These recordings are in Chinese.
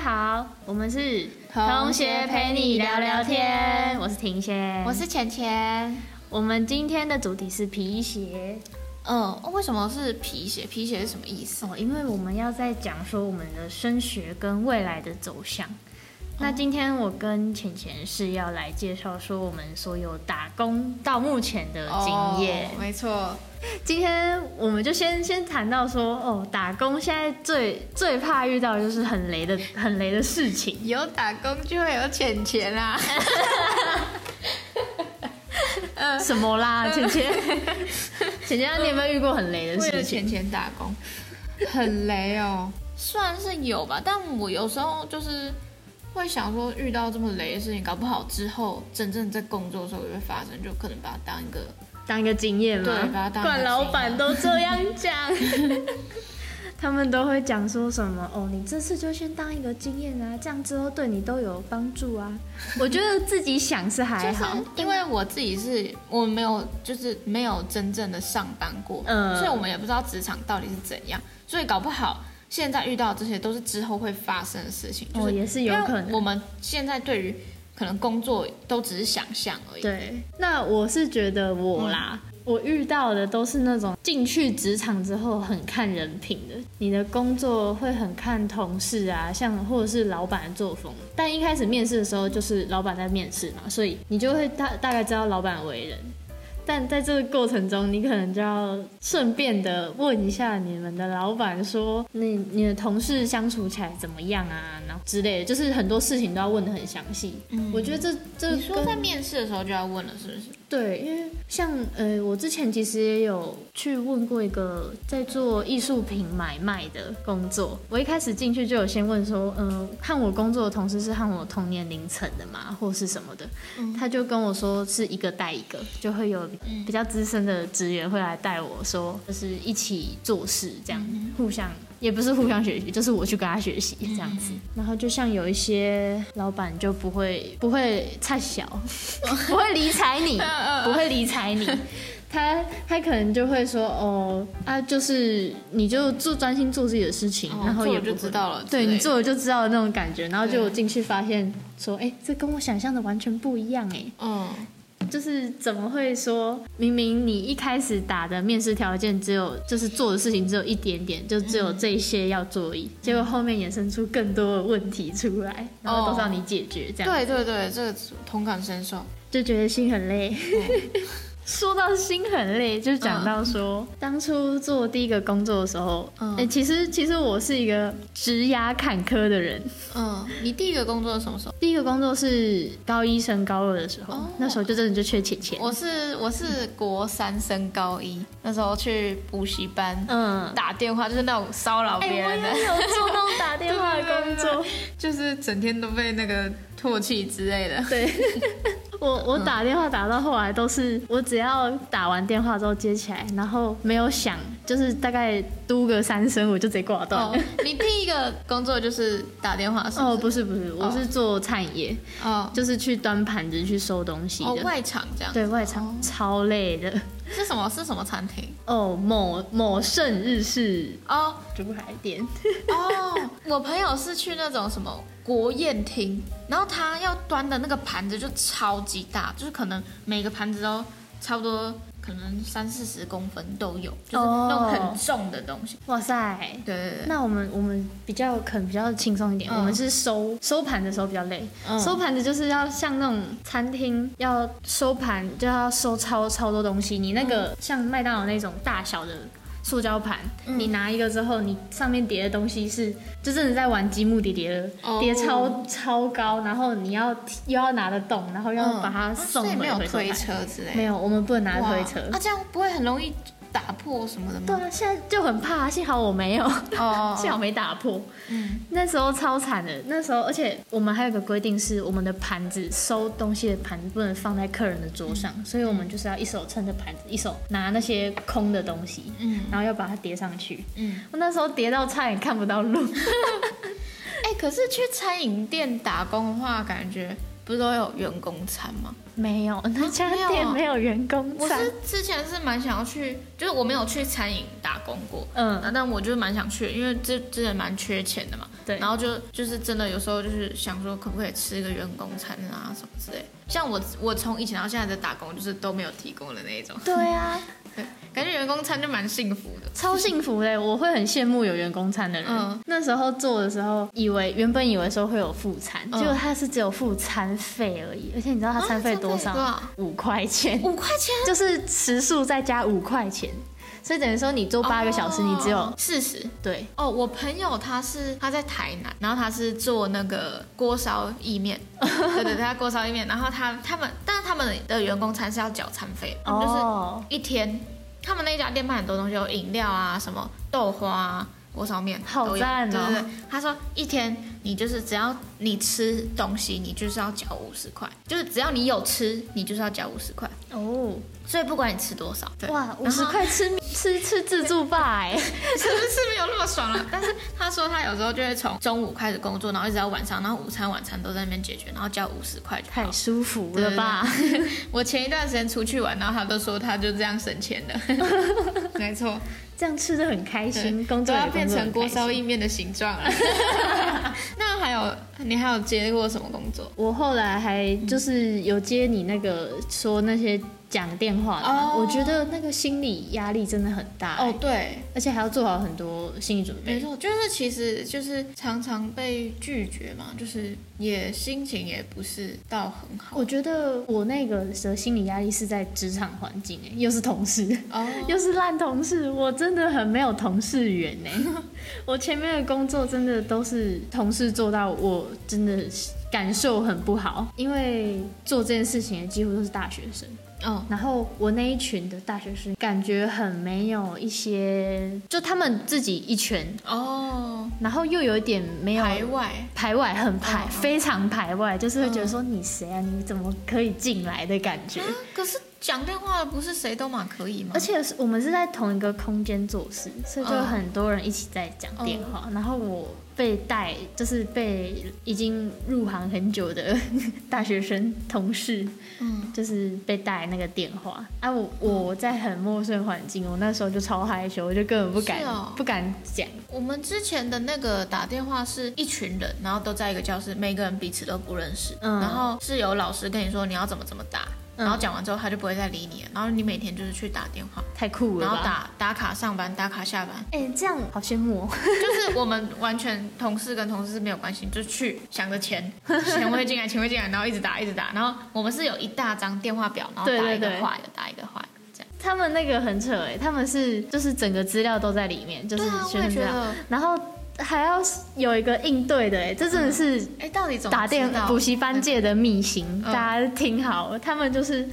好，我们是同学陪你聊聊天我是婷仙，我是浅浅。我们今天的主题是皮鞋嗯，为什么是皮鞋？皮鞋是什么意思？哦，因为我们要在讲说我们的升学跟未来的走向。哦那今天我跟浅浅是要来介绍说我们所有打工到目前的经验。哦没错，今天我们就先先谈到说，哦，打工现在最最怕遇到的就是很雷的很雷的事情。有打工就会有钱钱啊啦。什么 啦，浅浅，浅浅，你有没有遇过很雷的 为了事情？钱钱打工，很雷哦。算是有吧，但我有时候就是会想说，遇到这么雷的事情，搞不好之后真正在工作的时候也会发生，就可能把它当一个当一个经验对把嘛它，当一个管老板经验都这样讲， 他们都会讲说什么哦，你这次就先当一个经验啊，这样之后对你都有帮助啊。我觉得自己想是还就是好，因为我自己是我没有，就是没有真正的上班过，嗯所以我们也不知道职场到底是怎样，所以搞不好现在遇到这些都是之后会发生的事情，就是、哦也是有可能因为我们现在对于可能工作都只是想象而已，，嗯对。那我是觉得我啦。我遇到的都是那种进去职场之后很看人品的，你的工作会很看同事啊，像或者是老板的作风。但一开始面试的时候，就是老板在面试嘛，所以你就会大大概知道老板为人。但在这个过程中，你可能就要顺便的问一下你们的老板说，你你的同事相处起来怎么样啊，然后之类的，就是很多事情都要问的很详细。嗯我觉得这这你说跟在面试的时候就要问了，是不是？对，因为像呃，我之前其实也有去问过一个在做艺术品买卖的工作，我一开始进去就有先问说，嗯、和我工作的同事是和我同年龄层的嘛，或是什么的，嗯他就跟我说是一个带一个，就会有比较资深的职员会来带我说，就是一起做事这样，嗯互相。也不是互相学习，就是我去跟他学习这样子。然后就像有一些老板就不会不会太 小，不会理睬你，嗯不会理睬你。他他可能就会说哦啊，就是你就做专心做自己的事情，哦嗯然后做也了就不会知道了之对类你的做了就知道的那种感觉。然后就对我进去发现说，哎，这跟我想象的完全不一样哎。嗯，就是怎么会说，明明你一开始打的面试条件只有就是做的事情只有一点点，就只有这些要做嗯而已，结果后面衍生出更多的问题出来，然后都让你解决，这样、对对对，这个同感深受，就觉得心很累。哦 说到心很累，就讲到说、当初做第一个工作的时候，哎、嗯其实其实我是一个职涯坎坷的人，嗯，你第一个工作是什么时候？第一个工作是高一升高二的时候，哦那时候就真的就缺钱钱，我是我是国三升高一，那时候去补习班，嗯。打电话，就是那种骚扰哎、别我人的，也 有做那种打电话的工作。就是整天都被那个唾弃之类的。 对，我我打电话打到后来都是，我只要打完电话之后接起来，然后没有响，就是大概嘟个三声，我就直接挂断哦了。，你第一个工作就是打电话 是哦，不是？不是不是，我是做餐饮业，哦就是去端盘子、去收东西哦，的。外场这样。对外场、超累的是什么？是什么餐厅？哦，某某盛日式哦竹海店，哦，我朋友是去那种什么国宴厅，然后他要端的那个盘子就超级大，就是可能每个盘子都差不多。可能三四十公分都有，就是那种很重的东西。哇塞！对对对，那我们我们比较可能比较轻松一点，嗯我们是收收盘的时候比较累，嗯收盘子就是要像那种餐厅要收盘就要收超超多东西，你那个、嗯像麦当劳那种大小的。塑胶盘，你拿一个之后，你上面叠的东西是，就真的在玩积木叠叠的，哦叠超超高，然后你要又要拿得动，然后又要把它嗯送所回以没有回收推盘。车之类的。没有，我们不能拿哇推车。啊，这样不会很容易打破什么的对吗？啊，现在就很怕，幸好我没有。哦哦，幸好没打破。嗯，那时候超惨的，那时候而且我们还有一个规定是，我们的盘子收东西的盘子不能放在客人的桌上，所以我们就是要一手撑着盘子，一手拿那些空的东西，嗯然后要把它叠上去。嗯，我那时候叠到差点看不到路，哎、可是去餐饮店打工的话，感觉不是都有员工餐吗？没有，那家没有啊店哦没有员工我餐。是之前是蛮想要去，就是我没有去餐饮打工过，嗯，啊，但我就是蛮想去，因为之之前蛮缺钱的嘛，对然后就就是真的有时候就是想说可不可以吃一个员工餐啊什么之类。像我我从以前到现在的打工就是都没有提供的那一种，对啊，感觉员工餐就蛮幸福的。超幸福的，我会很羡慕有员工餐的人。嗯那时候做的时候，以为原本以为说会有副餐，嗯结果他是只有付餐费而已，而且你知道他餐费多少？啊餐费多少五块钱，五块钱就是时数再加五块钱，所以等于说你做八个小时，你只有、哦四十。40对哦，我朋友他是他在台南，然后他是做那个锅烧意面， 对对对，他锅烧意面，然后他他们，但是他们的员工餐是要缴餐费的，他们就是哦，一天，他们那家店卖很多东西，有饮料啊，什么豆花啊。锅烧面好都有赞哦对对对，他说一天你就是只要你吃东西，你就是要缴五十块，就是只要你有吃，你就是要缴五十块，哦，所以不管你吃多少，对嗯哇，五然后十块吃吃吃自助吧哎，是不是没有那么爽了？但是他说他有时候就会从中午开始工作，然后一直到晚上，然后午餐晚餐都在那边解决，然后交五十块就太好。舒服了吧？ 我前一段时间出去玩，然后他都说他就这样省钱的， 没错，这样吃的很开心，对工作都也要工作变得成很锅开心烧意面的形状 了。那还有你还有接过什么工作？我后来还就是有接你那个说那些讲电话的嘛，哦我觉得那个心理压力真的很大、哦，嗯对，而且还要做好很多心理准没备。错，就是其实就是常常被拒绝嘛，就是也心情也不是到很好我觉得我那个的心理压力是在职场环境、哎，又是同事， 哦，又是烂同事，我真的很没有同事缘 哎、我前面的工作真的都是同事做到，我真的是感受很不好，因为做这件事情的几乎都是大学生。哦，然后我那一群的大学生感觉很没有一些，就他们自己一圈，哦，然后又有一点没有排外。排外，很排，嗯嗯嗯非常排外，就是会觉得说你谁啊，你怎么可以进来的感觉。啊可是讲电话的不是谁都嘛可以吗？而且是我们是在同一个空间做事，所以就有嗯很多人一起在讲电话。然后我被带，就是被已经入行很久的 大学生同事，嗯，就是被带那个电话啊，我我在很陌生的环境，我那时候就超害羞，我就根本不敢、是哦不敢讲。我们之前的那个打电话是一群人，然后都在一个教室，每个人彼此都不认识，嗯然后是有老师跟你说你要怎么怎么打。嗯然后讲完之后，他就不会再理你了。然后你每天就是去打电话，太酷了然吧！，后打打卡上班，打卡下班 哎、这样好羡慕、哦。 就是我们完全同事跟同事是没有关系，就去想 着钱，钱会进来，钱会进来，然后一直打，一直打。然后我们是有一大张电话表，然后对打对一个对画一个，打一个画一个这样。他们那个很扯哎，他们是就是整个资料都在里面，就是对啊，学我也生资觉料，得，然后还要有一个应对的哎，这真的是哎，到底怎么打电知道补习班界的秘辛，嗯大家听好，他们就是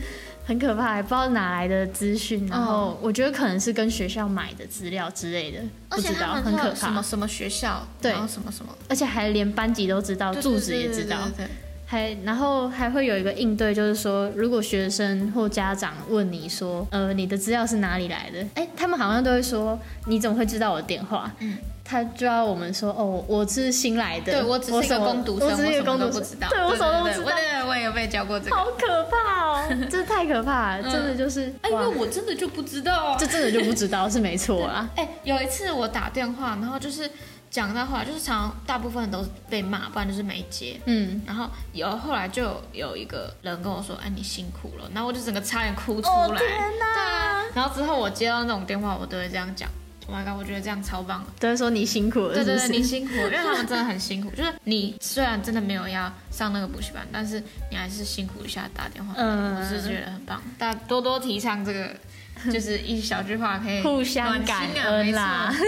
很可怕，不知道哪来的资讯，嗯然后我觉得可能是跟学校买的资料之类的，而不且知他道，们很可说什怕。么什么学校，对然后什么什么，而且还连班级都知道，对住址也知道，，对对对对对还然后还会有一个应对，就是说，如果学生或家长问你说，呃，你的资料是哪里来的？哎，他们好像都会说，你怎么会知道我的电话？嗯他就要我们说，哦，我是新来的，对我只是一什个么工读生，我只是一个什么工都读不生，知道，对我什么都不对知对道对我。也我也被教 过这个，好可怕哦！这太可怕了，嗯真的就是，哎，因为哇我真的就不知道啊这。真的就不知道是没错 啊。哎，有一次我打电话，然后就是讲到话，就是常常大部分都被骂，不然就是没接。嗯，然后有后来就有一个人跟我说：“哎，你辛苦了。”然后我就整个差点哭出哦来。对啊！然后之后我接到那种电话，我都会这样讲：“Oh my god！” 我觉得这样超棒的。都会说你辛苦了，对对是对，不你是辛苦了，因为他们真的很辛苦。 就是你虽然真的没有要上那个补习班，但是你还是辛苦一下打电话。嗯我是觉得很棒，大家多多提倡这个，就是一小句话可以 互相暖心啊感恩啦没错。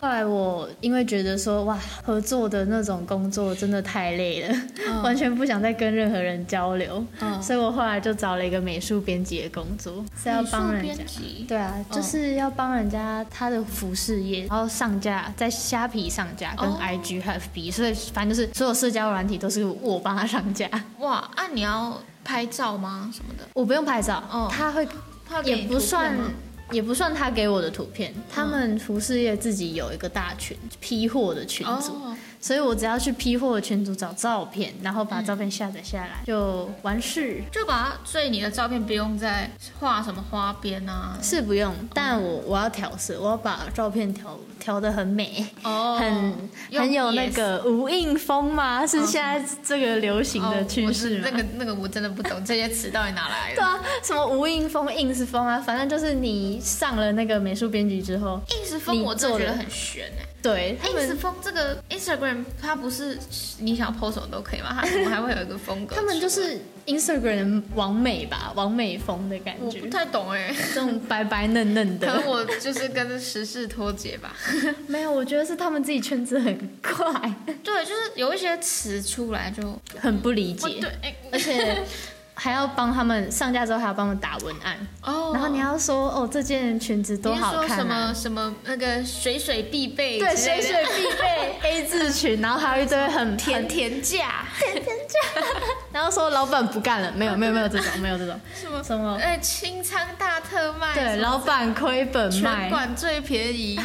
后来我因为觉得说哇，合作的那种工作真的太累了， 完全不想再跟任何人交流，嗯所以我后来就找了一个美术编辑的工作，是要美术帮人家编。辑，对啊，就是要帮人家他的服饰业，然后上架在虾皮上架，跟哦 IG 和 FB，、所以反正就是所有社交软体都是我帮他上架，哇，啊，你要拍照吗？什么的？我不用拍照，哦他会他有给也你不算啊图片吗，嗯也不算他给我的图片，他们服饰业自己有一个大群批货的群组，哦，所以我只要去批货的群组找照片，然后把嗯照片下载下来、就完事。就把它，所以你的照片不用再画什么花边啊，是不用，但我我要调色，我要把照片调调得很美，哦，很用很有那 PS 个无印风吗？是现在这个流行哦的我趋是势吗？那个那个我真的不懂这些词到底哪来对的。啊，什么无印风、ins 风啊，反正就是你上了那个美术编辑之后， ins 风我真的你做觉得了很悬哎、对他 ins 们风这个 Instagram 它不是你想 po 什么都可以吗？它怎么还会有一个风格出来？他们就是 Instagram 完美吧，完美风的感我觉不，太懂哎、 这种白白嫩嫩可能的。我就是跟时事脱节 吧。没有，我觉得是他们自己圈子很怪，对，就是有一些词出来就很不理我对解，哎、而且还要帮他们上架之后还要帮他们打文案。哦，然后你要说哦，这件裙子多你是好说什看么啊！什么那个水水必备之对，类的，水水必备 A 字裙，然后还有一堆很甜甜， 甜价 然后说老板不干了，没有没有没有这种，没有这种 什么什么哎清仓大特卖，对，什么老板亏本全卖，馆最 便宜，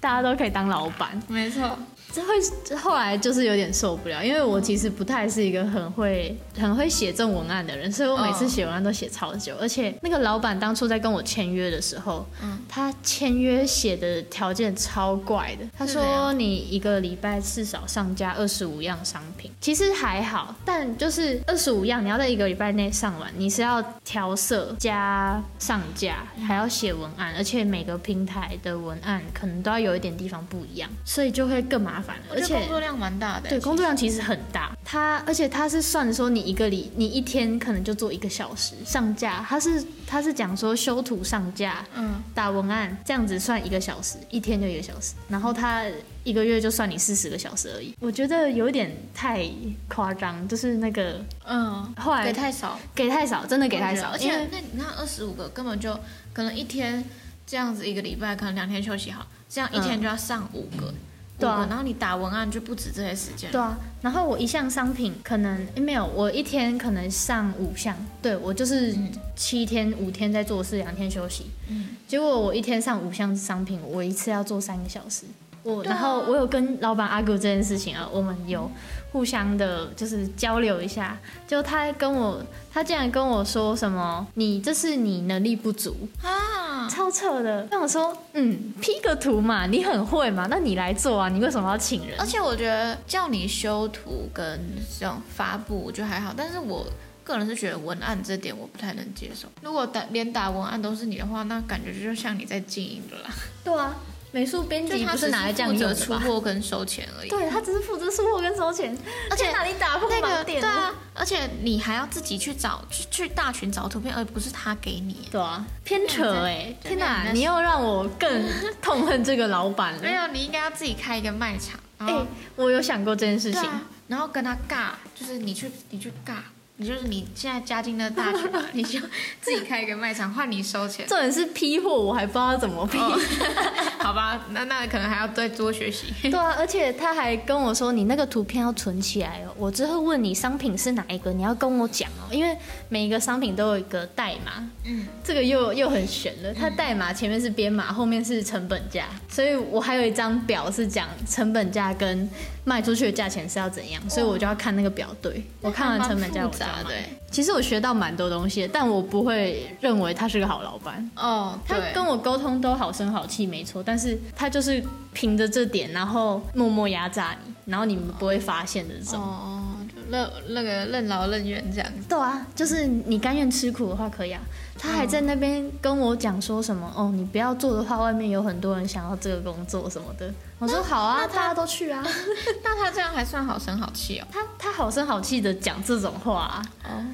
大家都可以当老板。没错。这会这后来就是有点受不了，因为我其实不太是一个很会很会写这种文案的人，所以我每次写文案都写超久。而且那个老板当初在跟我签约的时候，嗯他签约写的条件超怪的，他是怎说样你一个礼拜至少上架二十五样商品，其实还好，但就是二十五样你要在一个礼拜内上完，你是要调色加上架，还要写文案，而且每个平台的文案可能都要有一点地方不一样，所以就会更麻烦了，我而觉且得工。作量蛮大的、欸对，工作量其实很大，他而且他是算说你一个礼，你一天可能就做一个小时上架，他是他是讲说修图上架，嗯，打文案这样子算一个小时，一天就一个小时，然后他一个月就算你四十个小时而已。我觉得有点太夸张，就是那个嗯，后来给太少，给太少，真的给太少，而因且为那你看二十五个根本就可能一天这样子，一个礼拜可能两天休息好，这样一天就要上五个，嗯对啊五个然后你打文案就不止这些时间，对啊，然后我一项商品可能诶没有，我一天可能上五项，对我就是七天五天在做事，两天休息。嗯，结果我一天上五项商品，我一次要做三个小时。我对啊然后我有跟老板 argue 这件事情啊，我们有互相的就是交流一下。就他跟我，他竟然跟我说什么，你这是你能力不足，啊，超扯的。那我说，嗯，P 个图嘛，你很会嘛，那你来做啊，你为什么要请人而？且我觉得叫你修图跟这种发布，我觉得还好，但是我个人是觉得文案这点我不太能接受。如果打连打文案都是你的话，那感觉就像你在经营的 啦，对啊，美术编就辑他不只拿来这样用负责的出吧？货跟收钱而已。对他只是负责出货跟收钱，而且在哪里打破那盲个点对呢？啊，而且你还要自己去找去去大群找图片，而不是他给你。对啊，偏扯哎、对啊天哪、那你在你又让我更痛恨这个老板了。 没有，你应该要自己开一个卖场，然哎、后、我有想过这件事对情，啊，然后跟他尬，就是你去你去尬，你就是你现在加进那大 群，你就自己开一个卖场，换你收钱。重点是批货，我还不知道怎么批。 哦 好吧，那那可能还要再多学习。对啊，而且他还跟我说，你那个图片要存起来哦。我之后问你商品是哪一个，你要跟我讲哦，因为每一个商品都有一个代码，嗯，这个又又很悬了。它代码前面是编码，后面是成本价，所以我还有一张表是讲成本价跟卖出去的价钱是要怎样，所以我就要看那个表对。我看完成本价，哦蛮我复知道杂的欸。其实我学到蛮多东西的，但我不会认为他是个好老板。哦，他对跟我沟通都好声好气，没错，但是他就是凭着这点，然后默默压榨你，然后你们不会发现的这种。哦，就任那个任劳任怨这样子。对啊，就是你甘愿吃苦的话可以啊。他还在那边跟我讲说什么、哦，你不要做的话，外面有很多人想要这个工作什么的。我说好啊，大家都去啊。 那他这样还算好声好气哦。他他好声好气的讲这种话、啊，哦，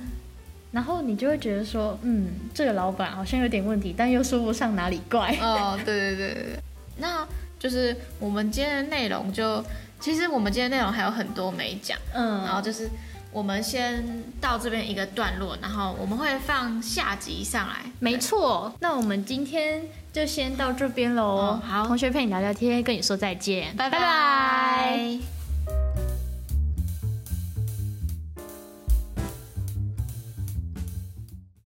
然后你就会觉得说，嗯，这个老板好像有点问题，但又说不上哪里怪。哦，对对对对对，那就是我们今天的内容就，其实我们今天内容还有很多没讲，嗯，然后就是我们先到这边一个段落，然后我们会放下集上来。没错，那我们今天就先到这边喽、哦好同学陪你聊聊天，跟你说再见，对，拜拜拜拜